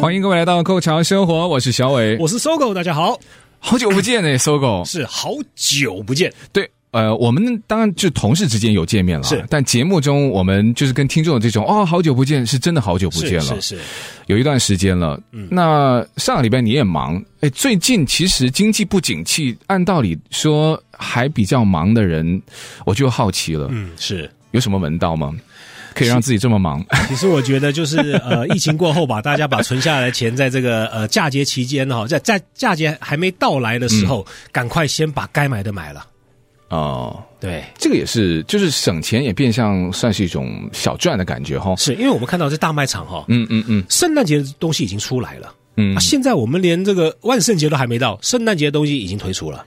欢迎各位来到《购潮生活》，我是小伟。我是搜狗，大家好，好久不见呢，搜狗。是好久不见，对，呃，我们当然就同事之间有见面了，是但节目中我们就是跟听众的这种哦，好久不见，是真的好久不是见了，是嗯是，有一段时间了。那上个礼拜你也忙，哎，最近其实经济不景气，按道理说还比较忙的人，我就好奇了，嗯 是。有什么门道吗？可以让自己这么忙？ 其实我觉得就是呃，疫情过后吧，大家把存下来的钱，在这个呃假节期间哈，在在假节还没到来的时候，嗯赶快先把该买的买了。哦，对，这个也是，就是省钱也变相算是一种小赚的感觉哈、是因为我们看到这大卖场哈，嗯嗯嗯圣诞节的东西已经出来了。嗯啊，。现在我们连这个万圣节都还没到，圣诞节的东西已经推出了。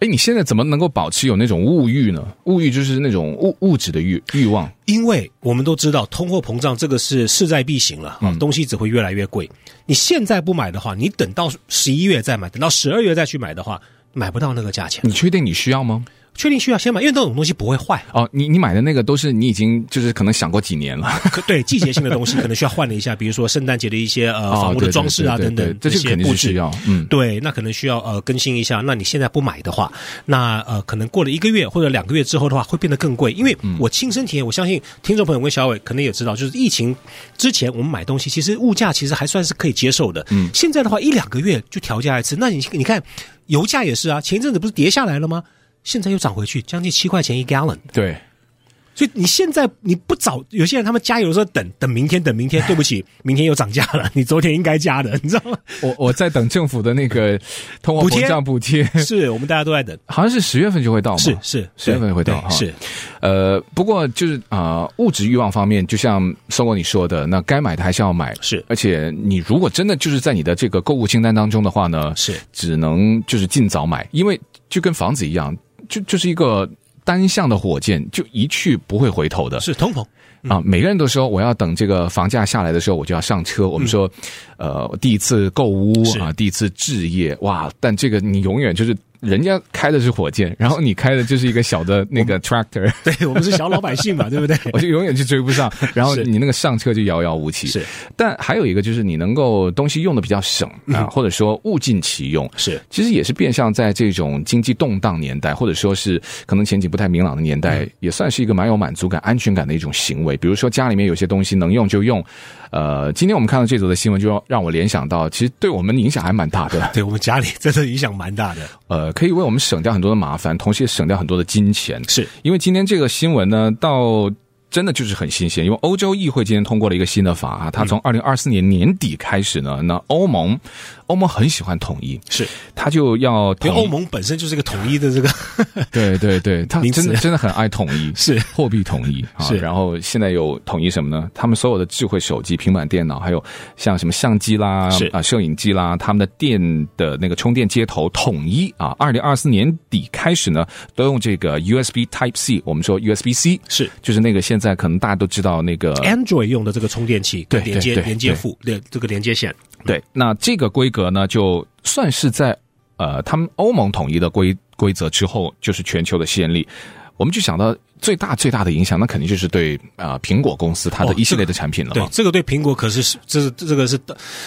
哎，你现在怎么能够保持有那种物欲呢？物欲就是那种物物质的欲欲望。因为我们都知道通货膨胀这个是势在必行了，啊，东西只会越来越贵。你现在不买的话，你等到十一月再买，等到十二月再去买的话，买不到那个价钱。你确定你需要吗？确定需要先买，因为那种东西不会坏。哦，你你买的那个都是你已经就是可能想过几年了，可对季节性的东西可能需要换了一下，比如说圣诞节的一些呃哦房屋对的对装饰啊对等对等对这些肯定布是置需要。嗯，对，那可能需要呃更新一下。那你现在不买的话，那呃可能过了一个月或者两个月之后的话，会变得更贵。因为嗯我亲身体验，我相信听众朋友跟小伟可能也知道，就是疫情之前我们买东西，其实物价其实还算是可以接受的。嗯，现在的话一两个月就调价一次，那你你看油价也是啊，前一阵子不是跌下来了吗？现在又涨回去，将近七块钱一 gallon。 对，所以你现在你不早，有些人他们加油的时候等等明天，等明天，对不起，明天又涨价了，你昨天应该加的，你知道吗？我我在等政府的那个通货补贴膨胀补贴，是我们大家都在等，好像是十月份就会到嘛。是是，十月份会到对哈。是呃，不过就是啊、呃物质欲望方面，就像宋国你说的，那该买的还是要买。是而且你如果真的就是在你的这个购物清单当中的话呢，是只能就是尽早买，因为就跟房子一样，就就是一个单向的火箭，就一去不会回头的是嗯通膨，啊！每个人都说我要等这个房价下来的时候，我就要上车。我们说，呃，第一次购屋嗯是啊，第一次置业，哇！但这个你永远就是人家开的是火箭，然后你开的就是一个小的那个 tractor。对我们是小老百姓嘛，对不对？ 我就永远就追不上，然后是你那个上车就遥遥无期。是，但还有一个就是你能够东西用的比较省嗯啊，或者说物尽其用，是其实也是变相在这种经济动荡年代，或者说是可能前景不太明朗的年代，嗯也算是一个蛮有满足感、安全感的一种行为。比如说家里面有些东西能用就用，呃，今天我们看到这则的新闻，就让让我联想到，其实对我们影响还蛮大 的。对我们家里真的影响蛮大的，呃，可以为我们省掉很多的麻烦，同时也省掉很多的金钱。是因为今天这个新闻呢，到真的就是很新鲜，因为欧洲议会今天通过了一个新的法嗯啊，它从二零二四年年底开始呢，那欧盟，欧盟很喜欢统一，是，它就要因为统一欧盟本身就是个统一的这个对对对，它名词真的真的很爱统一， 是货币统一啊。是然后现在有统一什么呢？他们所有的智慧手机、平板电脑，还有像什么相机啦是、啊摄影机啦，他们的电的那个充电接头统一啊。二零二四年底开始呢，都用这个 USB Type C，我们说 USB C，是就是那个现在可能大家都知道那个 Android 用的这个充电器跟对连接对对连接对副连这个连接线，对，那这个规格呢，就算是在呃他们欧盟统一的规规则之后，就是全球的先例。我们就想到最大最大的影响，那肯定就是对啊、呃苹果公司它的哦一系列的产品了嘛。对，这个对苹果可是是这是这个是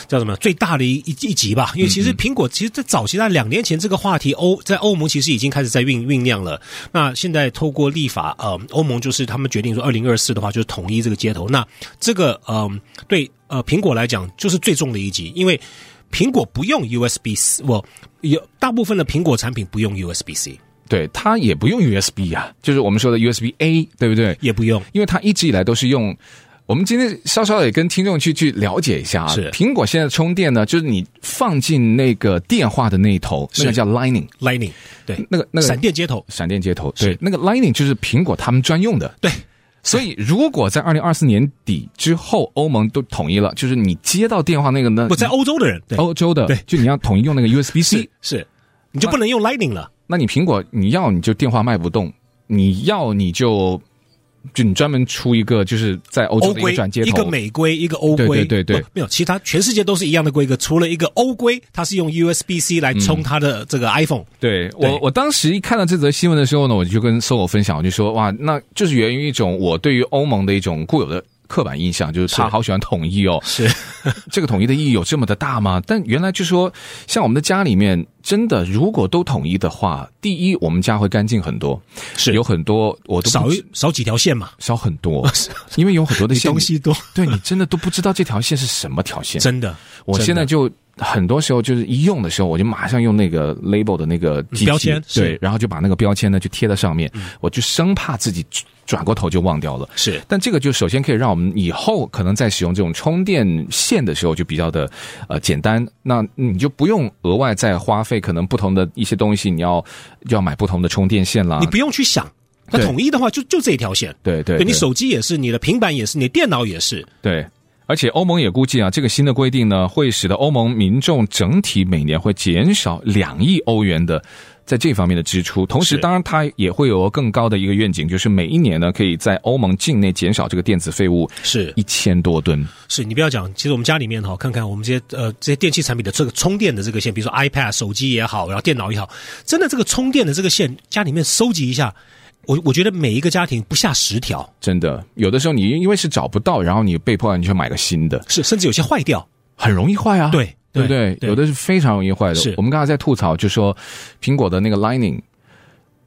叫什么最大的一一一级吧？因为其嗯实苹果其实在早期在两年前这个话题欧在欧盟其实已经开始在酝酝酿了。那现在透过立法，呃，欧盟就是他们决定说，二零二四的话就是统一这个街头。那这个嗯、对呃苹果来讲就是最重的一级，因为苹果不用 USB，我有大部分的苹果产品不用 USB C，对它也不用 USB 呀、啊就是我们说的 USB A，对不对？也不用因为它一直以来都是用。我们今天稍稍的也跟听众去去了解一下啊，是苹果现在充电呢，就是你放进那个电话的那一头，那个是叫 Lightning， Lightning，对，那个那个闪电接头，闪电接头，是对，那个 Lightning 就是苹果他们专用的，对。所以，如果在二零二四年底之后，欧盟都统一了，就是你接到电话那个呢，不在欧洲的人，对，欧洲的，对就你要统一用那个 USB C 是。是，你就不能用 Lightning 了。那你苹果你要你就电话卖不动，你要你就就你专门出一个就是在欧洲欧的一个规转接一头，个美规，一个欧规，对对对对不没有，其他全世界都是一样的规格，除了一个欧规，它是用 USB C 来充它的这个 iPhone，对对我，我当时一看到这则新闻的时候呢，我就跟搜狗分享，我就说哇，那就是源于一种我对于欧盟的一种固有的刻板印象，就是他是好喜欢统一哦。是这个统一的意义有这么的大吗？但原来就说，像我们的家里面，真的如果都统一的话，第一，我们家会干净很多，是有很多我都不少知一少几条线嘛，少很多，因为有很多的线东西多，对你真的都不知道这条线是什么条线。真的，我真的现在就很多时候就是一用的时候，我就马上用那个 label 的那个机器标签是嗯对，然后就把那个标签呢就贴在上面，我就生怕自己转过头就忘掉了。是但这个就首先可以让我们以后可能在使用这种充电线的时候就比较的呃简单，那你就不用额外再花费可能不同的一些东西，你要要买不同的充电线啦你。不用去想。那啊对统一的话，就就这一条线。对对对你对手机也是，你的平板也是，你的电脑也是。对，而且欧盟也估计啊，这个新的规定呢，会使得欧盟民众整体每年会减少两亿欧元的。在这方面的支出，同时是当然它也会有更高的一个愿景，就是每一年呢，可以在欧盟境内减少这个电子废物是一千多吨。是，你不要讲，其实我们家里面哈，看看我们这些呃这些电器产品的这个充电的这个线，比如说 iPad、手机也好，然后电脑也好，真的这个充电的这个线，家里面收集一下，我我觉得每一个家庭不下十条，真的，有的时候你因为是找不到，然后你被迫你去买个新的，是甚至有些坏掉。很容易坏啊。对对不对对？对有的是非常容易坏的。是我们刚才在吐槽，就说苹果的那个 Lightning，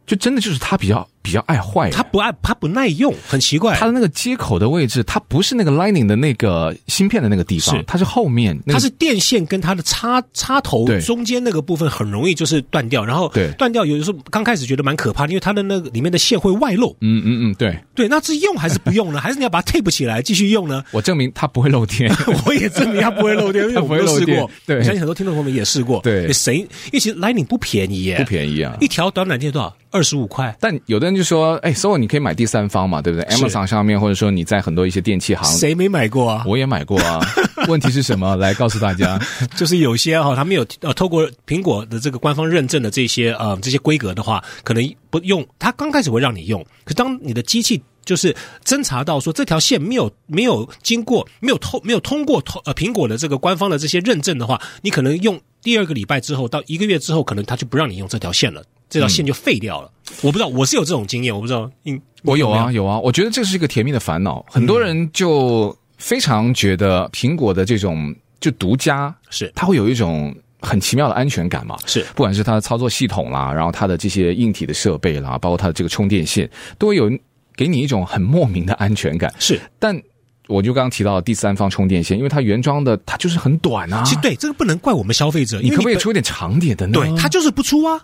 就真的就是它比较比较爱坏人，它不爱，它不耐用，很奇怪。它的那个接口的位置，它不是那个 Lightning 的那个芯片的那个地方，是它是后面，那它个、是电线跟它的插插头对中间那个部分很容易就是断掉，然后对断掉有的时候刚开始觉得蛮可怕的，因为它的那个里面的线会外露。嗯嗯嗯，对对，那是用还是不用呢？还是你要把它 tape 起来继续用呢？我证明它不会漏 电。我也证明它不会 漏电，因为我们它不都会试漏电过。对我相信很多听众朋友们也试过。对谁？因为其实 Lightning 不便宜耶，不便宜啊一条短缆电多少？二十五块。但有的人就说，哎，so 你可以买第三方嘛，对不对是？Amazon 上面，或者说你在很多一些电器行，谁没买过啊？我也买过 啊。问题是什么？来告诉大家。就是有些哈、他们有呃，透过苹果的这个官方认证的这些呃这些规格的话，可能不用，它刚开始会让你用，可当你的机器就是侦查到说这条线没有没有经过没有透没有通过透呃苹果的这个官方的这些认证的话，你可能用第二个礼拜之后到一个月之后，可能它就不让你用这条线了，这条线就废掉了。我不知道，我是有这种经验，我不知道，嗯，我有没嗯啊，有啊，我觉得这是一个甜蜜的烦恼。很多人就非常觉得苹果的这种就独家，是它会有一种很奇妙的安全感嘛。是不管是它的操作系统啦，然后它的这些硬体的设备啦，包括它的这个充电线，都会有给你一种很莫名的安全感。是，但我就刚刚提到第三方充电线，因为它原装的它就是很短啊。其实对这个不能怪我们消费者，因你为可不可以本出一点长点的呢？对，它就是不出啊，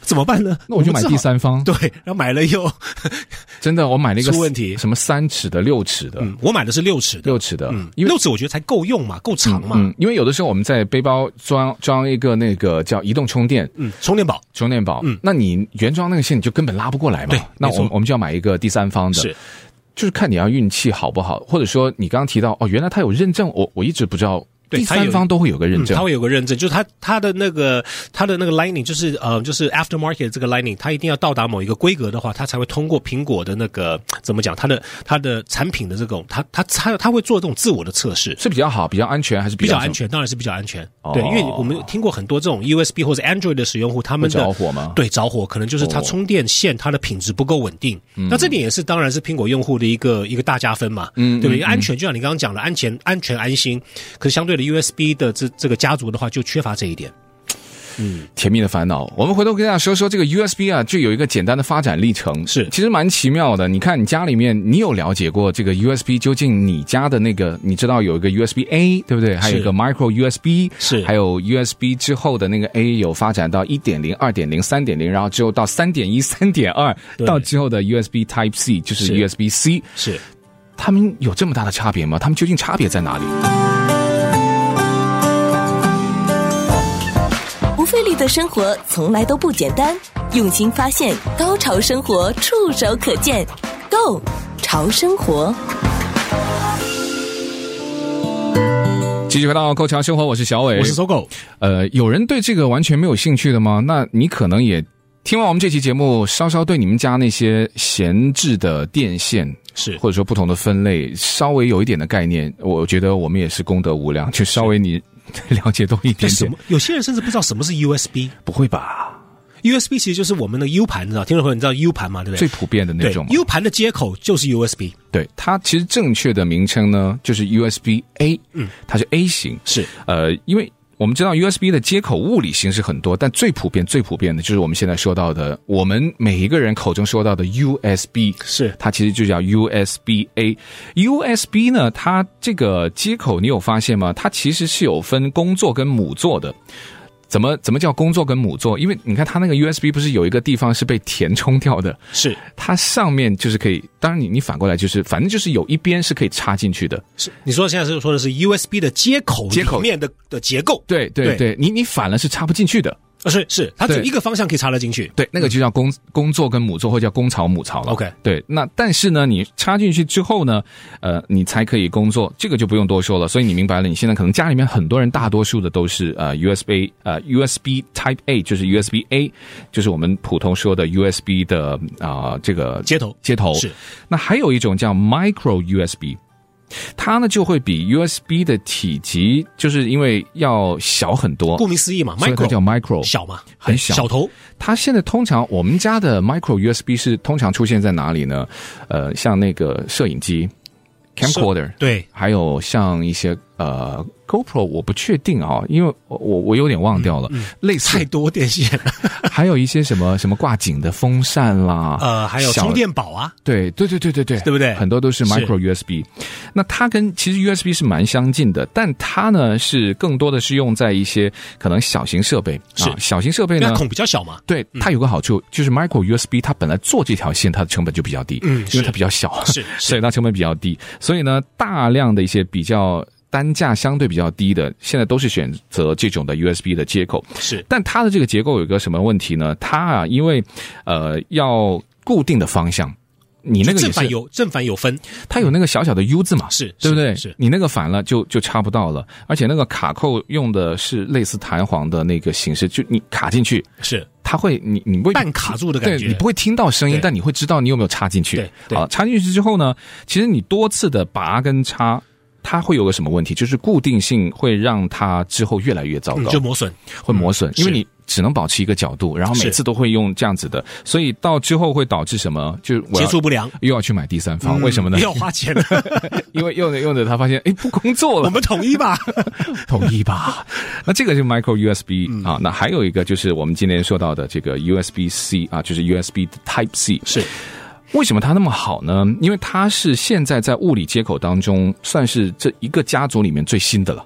怎么办呢？哦那我就买们只好第三方。对，然后买了又，真的，我买了一个出问题什么三尺的、六尺的、嗯，我买的是六尺的，六尺的，嗯，因为六尺我觉得才够用嘛，够长嘛，嗯，嗯，因为有的时候我们在背包装装一个那个叫移动充电嗯充电宝充电宝，嗯那你原装那个线你就根本拉不过来嘛。对那没我错们我们就要买一个第三方的，是就是看你要运气好不好，或者说你刚刚提到哦，原来它有认证，我我一直不知道，对第它有三方都会有个认嗯，证它，会有个认证，就是它它的那个它的那个 Lightning，就是呃，就是 Aftermarket 这个 Lightning，它一定要到达某一个规格的话，它才会通过苹果的那个怎么讲，它的它的产品的这种，它它它它会做这种自我的测试。是比较好，比较安全还是比较较安？全，当然是比较安全。哦对，因为我们听过很多这种 USB 或者 Android 的使用户，他们的会着火吗对，着火可能就是它哦嗯充电线它的品质不够稳定。那这点也是当然是苹果用户的一个一个大加分嘛，嗯，对不对？安全就像你刚刚讲的，安全、安全、安心。可是相对的 USB 的这这个家族的话，就缺乏这一点。甜蜜的烦恼，我们回头跟大家说说这个 USB 啊，就有一个简单的发展历程，是其实蛮奇妙的。你看你家里面，你有了解过这个 USB 究竟你家的那个，你知道有一个 USB A 对不对？还有一个 Micro USB 是还有 USB 之后的那个 A 有发展到一点零、二点零、三点零，然后之后到三点一、三点二，对到之后的 USB Type C 就是是 USB C，是他们有这么大的差别吗？他们究竟差别在哪里？不费力的生活从来都不简单，用心发现，高潮生活触手可见 g o 潮。潮生活。继续回到《购桥生活》，我是小伟，我是搜狗，呃，有人对这个完全没有兴趣的吗？那你可能也听完我们这期节目，稍稍对你们家那些闲置的电线。是或者说不同的分类，稍微有一点的概念，我觉得我们也是功德无量，就稍微你 了解多一这点什点么，？有些人甚至不知道什么是 USB。不会吧？ USB 其实就是我们的 U 盘，你知道？听众朋友，你知道 U 盘吗？对不最对？普遍的那对种嘛， ，U 盘的接口就是 USB。对它其实正确的名称呢，就是 USB A，嗯，它是 A 型，是呃，因为我们知道 USB 的接口物理形式很多，但最普遍、最普遍的就是我们现在说到的，我们每一个人口中说到的 USB，是它其实就叫 USB A。USB 呢，它这个接口你有发现吗？它其实是有分公座跟母座的。怎么怎么叫公座跟母座？因为你看它那个 USB 不是有一个地方是被填充掉的，是它上面就是可以，当然你你反过来就是，反正就是有一边是可以插进去的。是，你说现在是说的是 USB 的接口接口里面的的结构，对对对，你你反了是插不进去的。啊是是，它只有对一个方向可以插得进去。对，那个就叫公公座跟母座，或者叫公巢母巢了。 OK 对，那但是呢，你插进去之后呢，呃，你才可以工作，这个就不用多说了。所以你明白了，你现在可能家里面很多人，大多数的都是呃 USB 呃 USB Type A，就是 USB A，就是我们普通说的 USB 的啊、这个接头接头是。那还有一种叫 Micro USB。它呢就会比 USB 的体积，就是因为要小很多，顾名思义嘛所以它叫，micro micro 小嘛，很小小头它现在通常我们家的 micro USB 是通常出现在哪里呢？呃，像那个摄影机是 camcorder，对，还有像一些呃 GoPro，我不确定啊、因为我我我有点忘掉嗯了，类似太多电线， 还有一些什么什么挂景的风扇啦，呃，还有小充电宝啊，对对对对对对，对不对很多都是是 micro USB。那它跟其实 USB 是蛮相近的，但它呢是更多的是用在一些可能小型设备是啊，小型设备因为呢它孔比较 小嘛，对它有个好处，就是 micro USB 它本来做这条线它的成本就比较低，嗯因为是它比较小， 是是所以它成本比较低。所以呢，大量的一些比较单价相对比较低的，现在都是选择这种的 USB 的接口。是但它的这个结构有个什么问题呢？它啊，因为呃要固定的方向，你那个也正反是，有正反有分，它有那个小小的 U 字嘛，是对不对？是是你那个反了就就插不到了，而且那个卡扣用的是类似弹簧的那个形式，就你卡进去。是它会，你你会半卡住的感对觉，你不会听到声音对，但你会知道你有没有插进去。对对啊，插进去之后呢，其实你多次的拔跟插，它会有个什么问题？就是固定性会让它之后越来越糟嗯糕，就磨损，会磨损，是因为你只能保持一个角度，然后每是次都会用这样子的，所以到之后会导致什么？就是我接要触不良。又要去买第三方，为什么呢嗯？要 花钱？ 因为用着用着，他发现哎不工作我了，们统 一吧。同意 吧？那这个是 micro USB、啊，嗯那还有一个就是我们今天说到的这个 USB C 啊，就是 USB Type C 是为什么它那么好呢？因为它是现在在物理接口当中算是这一个家族里面最新的了。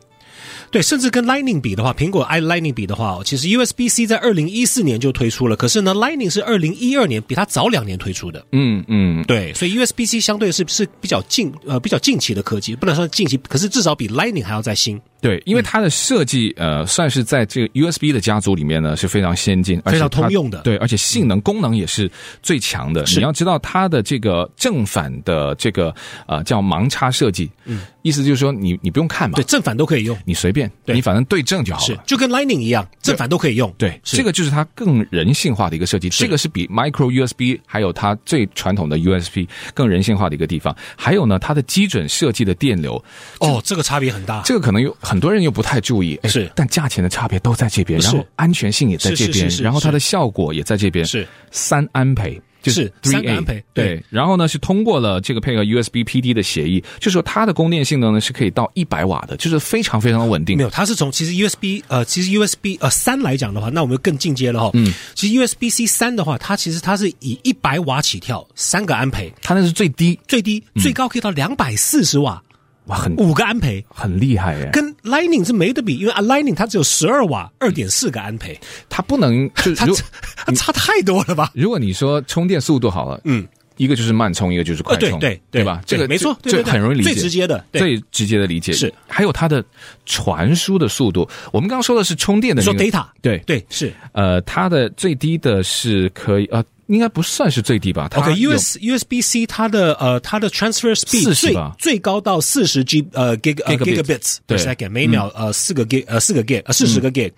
对，甚至跟 Lightning 比的话，苹果 i Lightning 比的话哦，其实 USB-C 在二零一四年就推出了，可是呢，Lightning 是二零一二年，比它早两年推出的。嗯嗯，对，所以 USB-C 相对是是比较近呃比较近期的科技，不能说近期，可是至少比 Lightning 还要再新，对，因为它的设计呃，算是在这个 USB 的家族里面呢是非常先进，而且非常它通用的嗯对，而且性能功能也是最强的。是你要知道它的这个正反的这个呃叫盲插设计，嗯，意思就是说你你不用看嘛对，，正反都可以用，你随便，对你反正对正就好是了。就跟 Lightning 一样，正反都可以用。对，是这个就是它更人性化的一个设计，这个是比 micro USB 还有它最传统的 USB 更人性化的一个地方。还有呢，它的基准设计的电流，哦，这个差别很大。这个可能有很多人又不太注意，哎是但价钱的差别都在这边，是然后安全性也在这是是边是，是然后它的效果也在这边，是三安培。就是 3A, 三个安培对对，然后呢是通过了这个配合 USB PD 的协议，就说它的供电性能呢是可以到一百瓦的，就是非常非常的稳定没。有，它是从其实 USB 呃，其实 USB 呃三来讲的话，那我们更进阶了哈。嗯，其实 USB C 三的话，它其实它是以一百瓦起跳，三个安培，它那是最低，最低、嗯最高可以到两百四十瓦，哇，很五个安培。很厉害耶！跟 Lightning 是没得比，因为啊 Lightning 它只有十二瓦，二点四个安培，它不 能就它如它差太多了吧？如果你说充电速度好了，嗯，一个就是慢充，一个就是快充，呃对对对吧？这对个没错这对这对对很容易理解，最直接的对最直接的理解是。还有它的传输的速度，我们刚刚说的是充电的你那说个 data 对，对是呃，它的最低的是可以呃。应该不算是最低吧？它 OK，U 有 S 哦 U S B C 它的呃它的 transfer speed 40最吧最高到四十 G 呃 gig 呃 Gigabit gigabits 对 per second 每秒呃四个 gig 呃四个 gig 呃四十个 gig，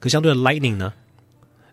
可相对的 Lightning 呢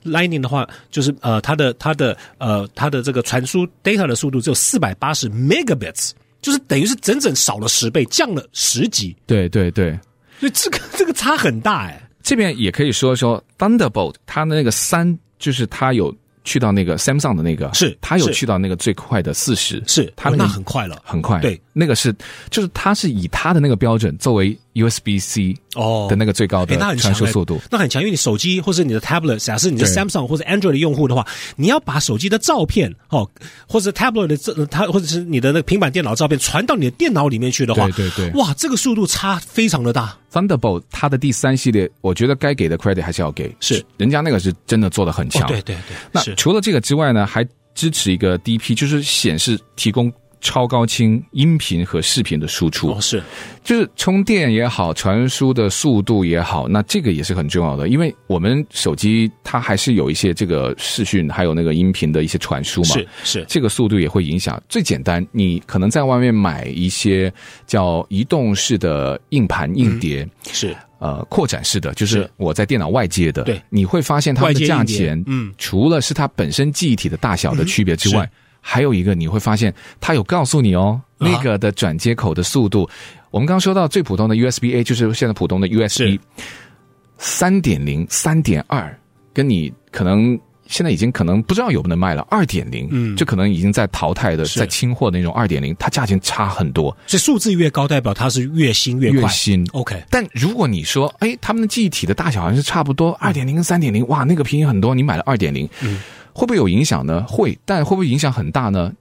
？Lightning 的话，就是呃，它的它的呃，它的这个传输 data 的速度只有四百八十 megabits，就是等于是整整少了十倍，降了十级，对对对，所以这个这个差很大哎、这边也可以说说 Thunderbolt，它的那个三就是它有去到那个 Samsung 的那个，是它有是去到那个最快的四十，是它哦那那个很快了很快，对，那个是就是它是以它的那个标准作为 USB C 哦的那个最高的诶那很强传输诶速度，那很强，因为你手机或是你的 tablet，假设你是对 Samsung 或者 Android 的用户的话，你要把手机的照片哦，或者 tablet 的这呃它或者是你的那个平板电脑的照片传到你的电脑里面去的话，对对对哇，这个速度差非常的大， Thunderbolt 它的第三系列，我觉得该给的 credit 还是要给，是人家那个是真的做的很强。哦对对那对，是除了这个之外呢，还支持一个 DP，就是显示提供超高清音频和视频的输出，哦是就是充电也好，传输的速度也好，那这个也是很重要的，因为我们手机它还是有一些这个视讯还有那个音频的一些传输嘛。是是这个速度也会影响。最简单，你可能在外面买一些叫移动式的硬盘、硬碟，是，呃扩展式的，就是是我在电脑外接的，对你会发现它们外接的硬价碟钱，嗯，除了是它本身记忆体的大小的区别之是外，还有一个你会发现它有告诉你哦，啊那个的转接口的速度，我们刚刚说到最普通的 USB A 就是现在普通的 USB 是三点零、三点二，跟你可能。现在已经可能不知道有没有卖了，二点零，嗯就可能已经在淘汰的，是在清货的那种二点零，它价钱差很多，所以数字越高，代表它是越新越越快新，OK，但如果你说，哎，他们的记忆体的大小好像是差不多，嗯二点零跟三点零，哇，那个便宜很多，你买了二点零，会不会有影响呢？会，但会不会影响很大呢？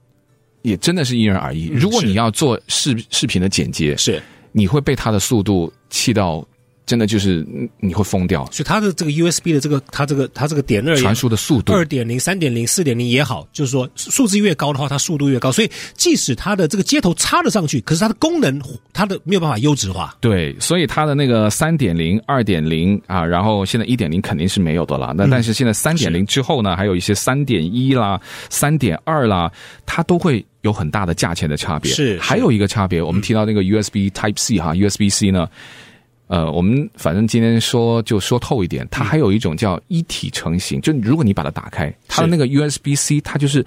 也真的是因人而异。嗯如果你是要做视视频的剪接，是。你会被它的速度气到，真的就是嗯你会疯掉。所以它的这个 USB 的这个，它这个它这个点二传输的速度，二点零、三点零、四点零也好，就是说数字越高的话，它速度越高，所以即使它的这个接头插了上去，可是它的功能它的没有办法优质化。对，所以它的那个三点零、二点零啊，然后现在一点零肯定是没有的嗯啦。那但是现在三点零之后呢，还有一些三点一啦、三点二啦，它都会有很大的价钱的差别。是是嗯还有一个差别，我们提到那个 USB Type C 哈，USB C 呢，呃，我们反正今天说就说透一嗯点，它还有一种叫一体成型，就如果你把它打开，它的那个 USB C 它就是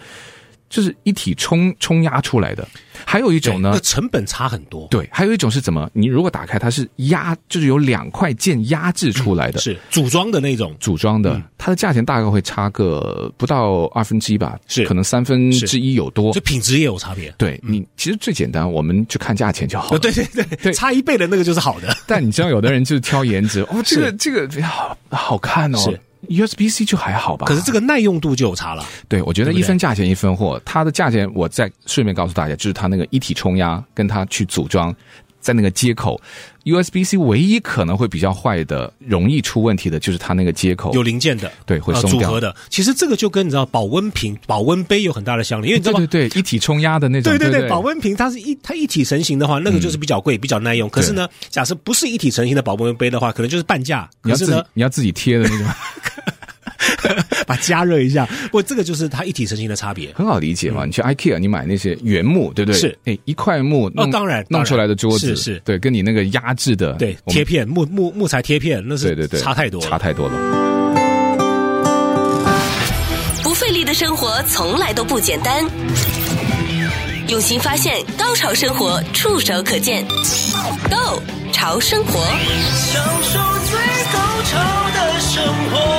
就是一体冲冲压出来的。还有一种呢那，成本差很多。对，还有一种是怎么？你如果打开，它是压，就是有两块键压制出来的，嗯是嗯组装的那种，组装的，它的价钱大概会差个不到二分之一吧，是可能三分是之一有多就。品质也有差别。对你，其实最简单，我们就看价钱就好呃，了。对对对，对啊差一倍的那个就是好的。但你知道，有的人就是挑颜值，哦，这个这个好好看哦是。 USB C 就还好吧，可是这个耐用度就有差了。对我觉得对不一对分价钱一分货，它的价钱我再顺便告诉大家，就是它那个一体冲压跟它去组装，在那个接口 USB C 唯一可能会比较坏的、容易出问题的就是它那个接口有零件的，对会呃松组掉合的。其实这个就跟你知道保温瓶、保温杯有很大的相连，因为你知对道吗对？对，一体冲压的那种，对对嗯对对，保温瓶它是一它一体成型的话，那个就是比较贵、比较耐用。可是呢，假设不是一体成型的保温杯的话，可能就是半价。你要可是自己呢，你要自己贴的那种， 把加热一下。不，这个就是它一体成型的差别。很好理解嘛。你去 IKEA 你买那些原木，对不对？是哦哎，一块木弄当然当弄然出来的桌子是是对，跟你那个压制的对，我们贴片木木木材贴片，那对是对对差太多了。差太多了。不费力的生活从来都不简单。用心发现，高潮生活触手可见 Go 潮生活，享受最高潮的生活。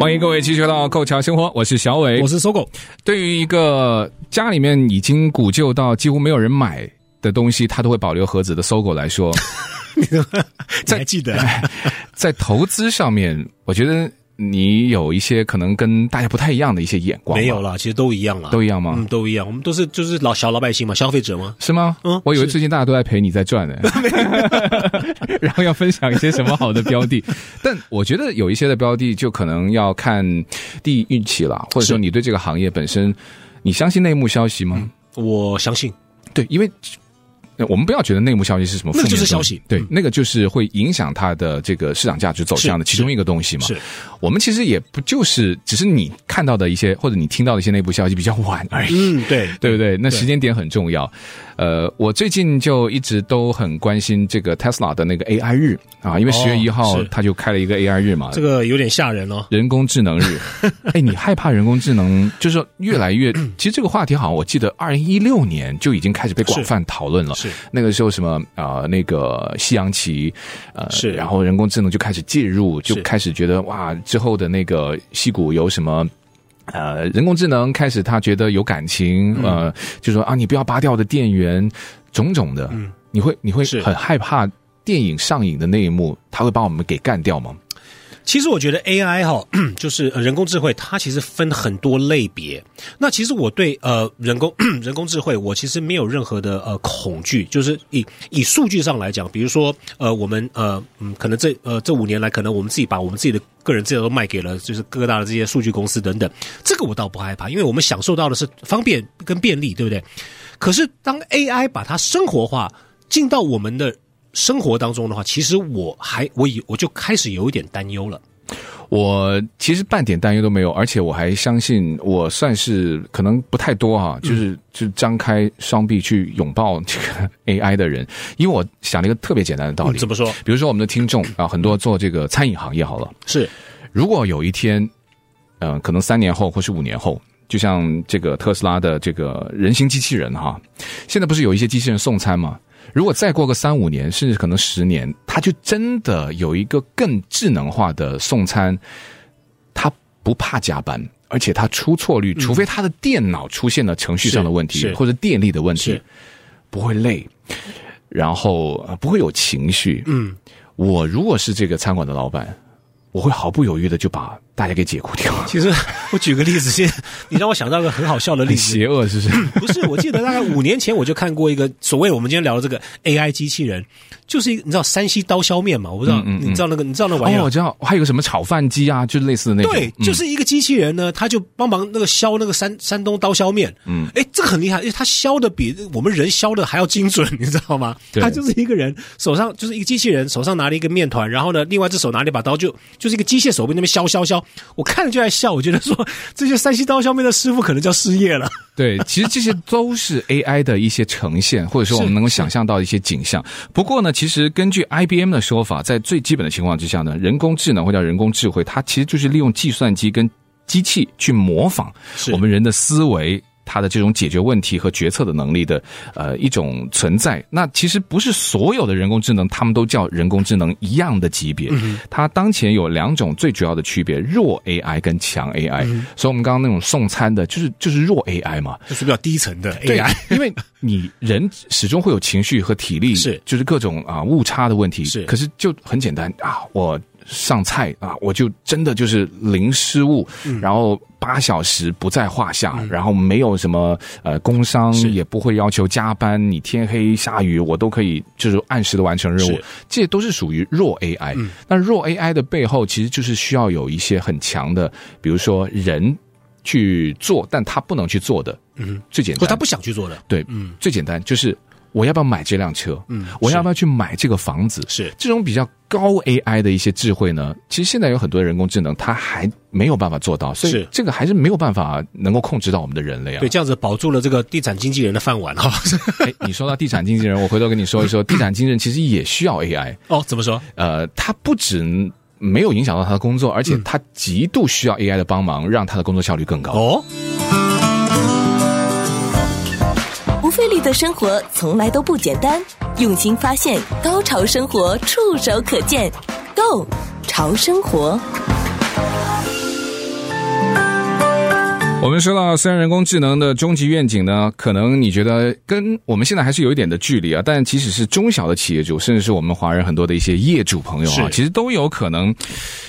欢迎各位继续回到《购桥生活》，我是小伟，我是搜 狗，对于一个家里面已经古旧到几乎没有人买的东西，它都会保留盒子的搜狗来 说，你还记得？哎 在投资上面，我觉得你有一些可能跟大家不太一样的一些眼光吧，没有了，其实都一样了，都一样吗嗯，都一样。我们都是就是老小老百姓嘛，消费者嘛。是吗？嗯我以为最近大家都在陪你在赚 呢，然后要分享一些什么好的标的， 但我觉得有一些的标的就可能要看第一运气了，或者说是你对这个行业本身，你相信内幕消息吗？我相信对，因为呃我们不要觉得内幕消息是什么负那面个的东西，就是消息嗯对，那个就是会影响它的这个市场价值走向的是其中一个东西嘛。是，我们其实也不就是只是你看到的一些或者你听到的一些内部消息比较晚而已。嗯，对，对不对？那时间点很重要。呃，我最近就一直都很关心这个 Tesla 的那个 AI 日啊，因为哦十月一号是它就开了一个 AI 日嘛，这个有点吓人哦。人工智能 日。哎，你害怕人工智能就是说越来 越？其实这个话题好像我记得二零一六年就已经开始被广泛讨论了。是那个时候什么啊、呃那个西洋棋，呃，是然后人工智能就开始介入，就是开始觉得哇，之后的那个戏骨有什么？呃，人工智能开始，他觉得有感情，嗯呃，就说啊，你不要拔掉我的电源，种种的，你会你会嗯是很害怕电影上映的那一幕，他会把我们给干掉吗？其实我觉得 AI 哈， 就是呃人工智慧，它其实分很多类别。那其实我对呃人工 人工智慧，我其实没有任何的呃恐惧，就是以以数据上来讲，比如说呃我们呃嗯，可能这呃这五年来，可能我们自己把我们自己的个人资料都卖给了就是各大的这些数据公司等等，这个我倒不害怕，因为我们享受到的是方便跟便利，对不对？可是当 AI 把它生活化进到我们的生活当中的话，其实我还我以我就开始有一点担忧了。我其实半点担忧都没有，而且我还相信，我算是可能不太多哈、嗯就是就张开双臂去拥抱这个 AI 的人，因为我想了一个特别简单的道理，嗯怎么说？比如说我们的听众啊，很多做这个餐饮行业好了，是如果有一天，嗯、可能三年后或是五年后，就像这个特斯拉的这个人形机器人哈，现在不是有一些机器人送餐吗？如果再过个三五年，甚至可能十年，它就真的有一个更智能化的送餐，它不怕加班，而且它出错率，除非它的电脑出现了程序上的问题嗯是是或者电力的问题是，不会累，然后呃不会有情绪。嗯，我如果是这个餐馆的老板，我会毫不犹豫的就把大家给解雇 掉。其实我举个例 子，先你让我想到一个很好笑的例很子邪。恶，是不是？ 不是，我记得大概五年前我就看过一个所谓我们今天聊的这个 AI 机器人，就是一个你知道山西刀削面嘛？我不知道，你知道那个你知道那玩意嗯哦，儿？我知道，还有个什么炒饭机啊，就类似的那种。对，嗯就是一个机器人呢，他就帮忙那个削那个山山东刀削面，嗯，哎，这个很厉害，因为他削的比我们人削的还要精准，你知道吗？对他就是一个人手上就是一个机器人，手上拿了一个面团，然后呢，另外一只手拿了一把刀，就就是一个机械手臂那边削削削，我看了就在笑，我觉得说这些山西刀削面的师傅可能就要失业了，对，其实这些都是 AI 的一些呈现，或者说我们能够想象到的一些景象。不过呢，其实根据 IBM 的说法，在最基本的情况之下呢，人工智能或叫人工智慧，它其实就是利用计算机跟机器去模仿是我们人的思维。它的这种解决问题和决策的能力的呃一种存在，那其实不是所有的人工智能，他们都叫人工智能一样的级别。它当前有两种最主要的区别：弱 AI 跟强 AI。所以我们刚刚那种送餐的，就是就是弱 AI 嘛。就是比较低层 的对 AI。，因为你人始终会有情绪和体力，是就是各种啊误差的问题。是可是就很简单啊，我上菜啊，我就真的就是零失误，嗯然后八小时不在话下，然后没有什么呃工伤，是也不会要求加班，你天黑下雨我都可以就是按时的完成任务是，嗯这都是属于弱 AI。那弱 AI 的背后其实就是需要有一些很强的，比如说人。去做，但他不能去做的，嗯，最简或单，他不想去做的，对，嗯，最简单就是我要不要买这辆车？嗯，我要不要去买这个房子？ 是这种比较高 AI 的一些智慧呢，其实现在有很多人工智能，它还没有办法做到，所以是这个还是没有办法能够控制到我们的人类啊。对，这样子保住了这个地产经纪人的饭碗哦哈。哎，你说到地产经纪人，我回头跟你说一说，地产经纪人其实也需要 AI，哦，怎么说？呃，他不止。没有影响到他的工作，而且他极度需要 AI 的帮忙，让他的工作效率更高。哦，不费力的生活从来都不简单，用心发现，高潮生活触手可见 g o 潮生活。我们说到，虽然人工智能的终极愿景呢，可能你觉得跟我们现在还是有一点的距离啊，但即使是中小的企业主，甚至是我们华人很多的一些业主朋友啊，是其实都有可能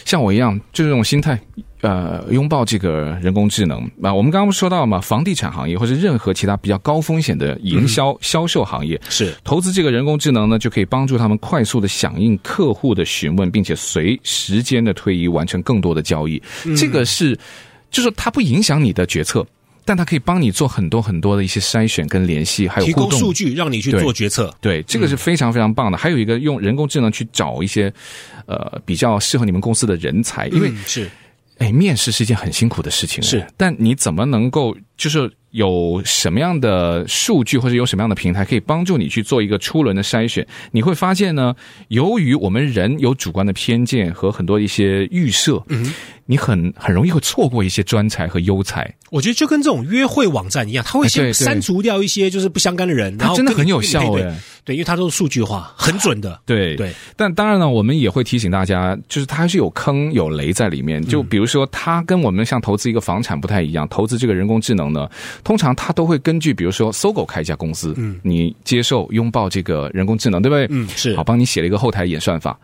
像我一样，就这种心态，呃，拥抱这个人工智能啊。我们刚刚说到嘛，房地产行业或是任何其他比较高风险的营销、销售行业，是投资这个人工智能呢，就可以帮助他们快速的响应客户的询问，并且随时嗯间的推移完成更多的交易。这个是，就是说它不影响你的决策。但它可以帮你做很多很多的一些筛选跟联系，还有提互供动数据嗯让你去对做决策。对，这个是非常非常棒的。还有一个用人工智能去找一些，呃，比较适合你们公司的人才，因为嗯是哎，面试是一件很辛苦的事情，哎是。但你怎么能够就是有什么样的数据或者有什么样的平台可以帮助你去做一个初轮的筛选？你会发现呢，由于我们人有主观的偏见和很多一些预设，嗯，你很很容易会错过一些专才和优才。我觉得就跟这种约会网站一样，他哎会对先对删除掉一些就是不相干的人，然它后真的跟你很有效对对哎对，因为它都是数据化，很准的。对对，但当然呢，我们也会提醒大家，就是它是有坑有雷在里面。嗯就比如说，它跟我们像投资一个房产不太一样，投资这个人工智能呢，通常它都会根据，比如说搜狗开一家公司，嗯，你接受拥抱这个人工智能，对不对？嗯是好，帮你写了一个后台演算法。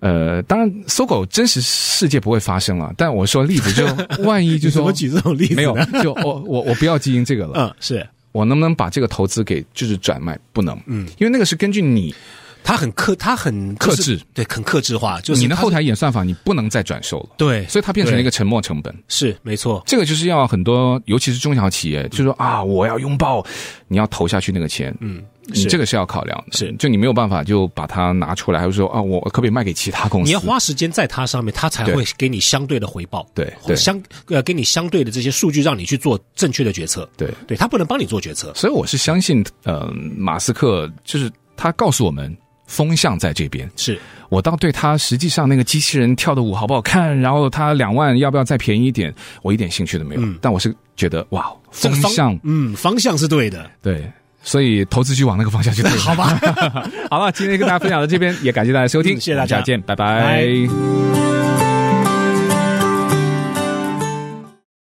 呃，当然，搜狗真实世界不会发生了，但我说例子就万一就 你怎说么举这种例子呢没有，就我我我不要基因这个了，嗯，是我能不能把这个投资给就是转卖？不能，嗯，因为那个是根据你它很克，它很就是克制，对，很克制化，就是你的它后台演算法你不能再转售了，对，所以它变成了一个对沉没成本。是没错，这个就是要很多，尤其是中小企业，就说嗯啊，我要拥抱，你要投下去那个钱，嗯，你是这个是要考量的，是就你没有办法就把它拿出来，还是说啊，我可不可以卖给其他公司？你要花时间在它上面，它才对会给你相对的回报，对或对相呃给你相对的这些数据，让你去做正确的决策。对，对，它不能帮你做决策。所以我是相信，呃，马斯克就是他告诉我们风向在这边，是我倒对他实际上那个机器人跳的舞好不好看，然后他两万要不要再便宜一点，我一点兴趣都没有，但我是觉得哇，嗯这风个向方，嗯，方向是对的。对，所以投资就往那个方向去 对。好吧，好了，今天跟大家分享到这边，也感谢大家收听，嗯谢谢大我们家下次见，拜拜